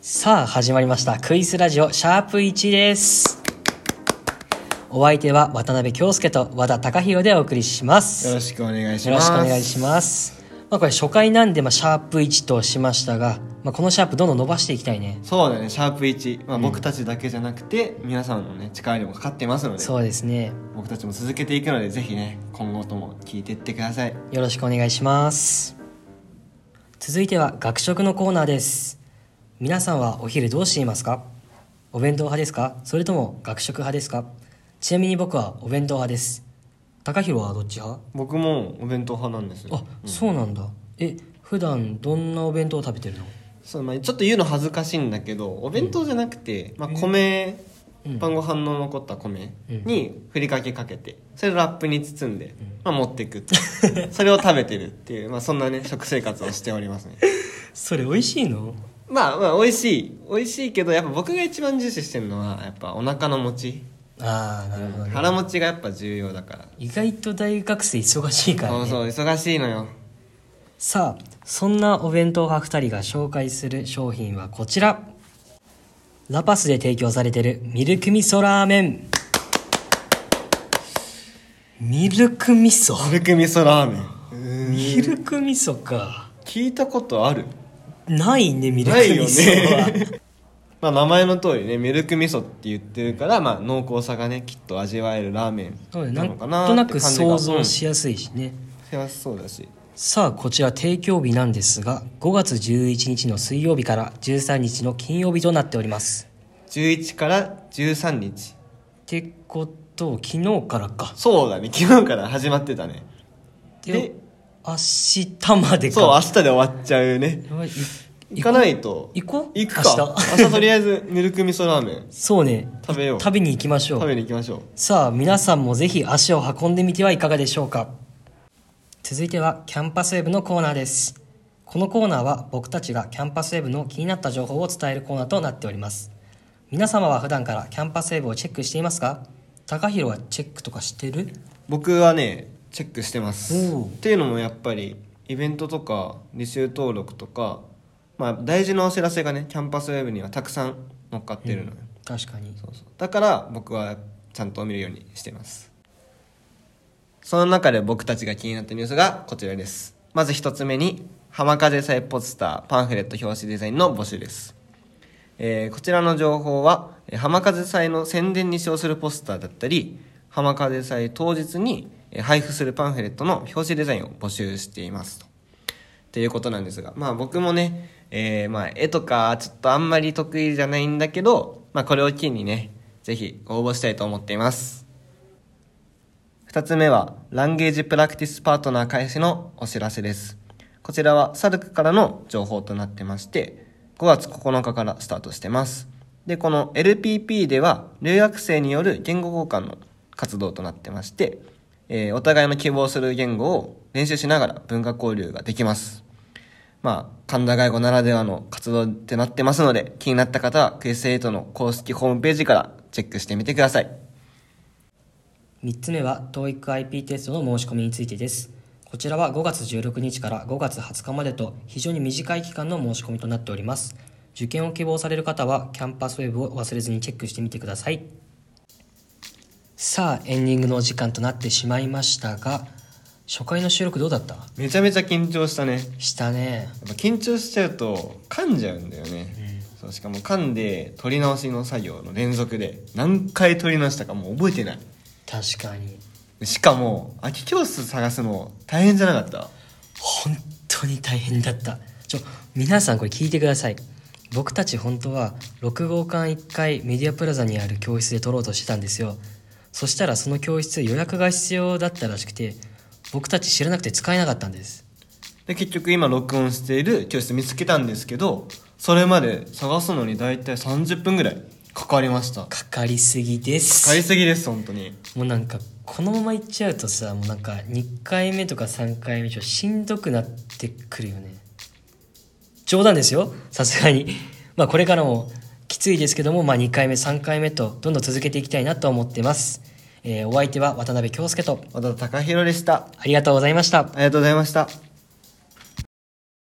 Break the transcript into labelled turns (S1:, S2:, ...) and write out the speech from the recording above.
S1: さあ始まりましたクイズラジオシャープ1ですお相手は渡辺京介と和田貴弘でお送りします
S2: よろしくお願いし
S1: よろ
S2: ま
S1: し
S2: す。
S1: くお願いしますまあこれ初回なんでまあシャープ1としましたが、まあ、このシャープどんどん伸ばしていきたいね
S2: そうだよね、シャープ1。まあ、僕たちだけじゃなくて、皆さんのね、力にもかかってますので、
S1: そうですね
S2: 僕たちも続けていくので、ぜひね、今後とも聞いていってください。
S1: よろしくお願いします続いては学食のコーナーです皆さんはお昼どうしていますかお弁当派ですかそれとも学食派ですかちなみに僕はお弁当派です高弘はどっち派
S2: 僕もお弁当派なんですよ。
S1: あ、そうなんだえ普段どんなお弁当を食べてるの
S2: そう、まあ、ちょっと言うの恥ずかしいんだけど、お弁当じゃなくて、まあ、米、晩ご飯の残った米にふりかけかけて、それをラップに包んで、まあ、持っていくっていうそれを食べてるっていう、まあ、そんなね、食生活をしておりますね。
S1: それ美味しいの
S2: まあまあ美味しい美味しいけどやっぱ僕が一番重視してるのはやっぱお腹の持ち
S1: ああなるほどね
S2: 腹持ちがやっぱ重要だから
S1: 意外と大学生忙しいからね
S2: そうそう忙しいのよ
S1: さあそんなお弁当派2人が紹介する商品はこちらラパスで提供されているミルク味噌ラーメンミルク味噌
S2: ミルク味噌ラーメン
S1: ミルク味噌か
S2: 聞いたことある
S1: ないねミルク
S2: ない
S1: 味
S2: よ
S1: 噌は、
S2: ねまあ名前の通りねミルク味噌って言ってるから、まあ、濃厚さがねきっと味わえるラーメ
S1: そうね
S2: ン
S1: な
S2: なの
S1: ん
S2: か
S1: と
S2: な
S1: なく
S2: って感じが
S1: 想像しやすいしね、
S2: うん幸せそうだし
S1: さあこちら提供日なんですが5月11日の水曜日から13日の金曜日となっております
S2: 11から13日
S1: ってこと昨日からか
S2: そうだね昨日から始まってたね
S1: で
S2: で
S1: 明日までか
S2: そう明日で終わっちゃうね
S1: やばいい
S2: 行かないと
S1: 行こう
S2: 行くか
S1: 明日
S2: 明日とりあえずミルク味噌ラーメン
S1: そうね
S2: 食べよう
S1: 食べに行きましょ
S2: 食
S1: う
S2: べに行きましょう
S1: さあ皆さんもぜひ足を運んでみてはいかがでしょうか続いてはキャンパスウェブのコーナーですこのコーナーは僕たちがキャンパスウェブの気になった情報を伝えるコーナーとなっております皆様は普段からキャンパスウェブをチェックしていますか高弘はチェックとかしてる
S2: 僕はねチェックしてます
S1: おう
S2: っていうのもやっぱりイベントとか履修登録とか、まあ、大事なお知らせがねキャンパスウェブにはたくさん乗っかってるのよ、
S1: 確かに
S2: そうそうだから僕はちゃんと見るようにしてますその中で僕たちが気になったニュースがこちらですまず一つ目に浜風祭ポスターパンフレット表紙デザインの募集です、えーこちらの情報はえー浜風祭の宣伝に使用するポスターだったり浜風祭当日にえー配布するパンフレットの表紙デザインを募集していますとっていうことなんですが、まあ僕もね、えーまあ絵とかちょっとあんまり得意じゃないんだけど、まあこれを機にね、ぜひ応募したいと思っています。二つ目は、ランゲージプラクティスパートナー開始のお知らせです。こちらは、サルクからの情報となってまして、5月9日からスタートしてます。で、この LPP では、留学生による言語交換の活動となってまして、えーお互いの希望する言語を練習しながら文化交流ができます。まあ、神田外語ならではの活動ってなってますので、気になった方はクエスト8の公式ホームページからチェックしてみてください。
S1: 3つ目は TOEICIP テストの申し込みについてですこちらは5月16日から5月20日までと非常に短い期間の申し込みとなっております受験を希望される方はキャンパスウェブを忘れずにチェックしてみてくださいさあエンディングのお時間となってしまいましたが初回の収録どうだった
S2: めちゃめちゃ緊張したね。やっ
S1: したね
S2: ぱ緊張しちゃうと噛んじゃうんだよね。そうしかも噛んで取り直しの作業の連続で何回取り直したかもう覚えてない。
S1: 確かに
S2: しかも空き教室探すの大変じゃなかった
S1: 本当に大変だったちょ皆さんこれ聞いてください僕たち本当は6号館1階メディアプラザにある教室で撮ろうとしてたんですよそしたらその教室予約が必要だったらしくて僕たち知らなくて使えなかったんです
S2: で結局今録音している教室見つけたんですけどそれまで探すのに大体30分ぐらいかかりましたか
S1: かかりすぎで
S2: かり
S1: す
S2: すぎです本当に
S1: もうなんかこのまま行っちゃうとさもうなんか2回目とか3回目以上しんどくなってくるよね冗談ですよさすがにまあこれからもきついですけども、まあ、2回目3回目とどんどん続けていきたいなと思ってます、えーお相手は渡辺京介と
S2: 和田貴弘でした
S1: ありがとうございました
S2: ありがとうございました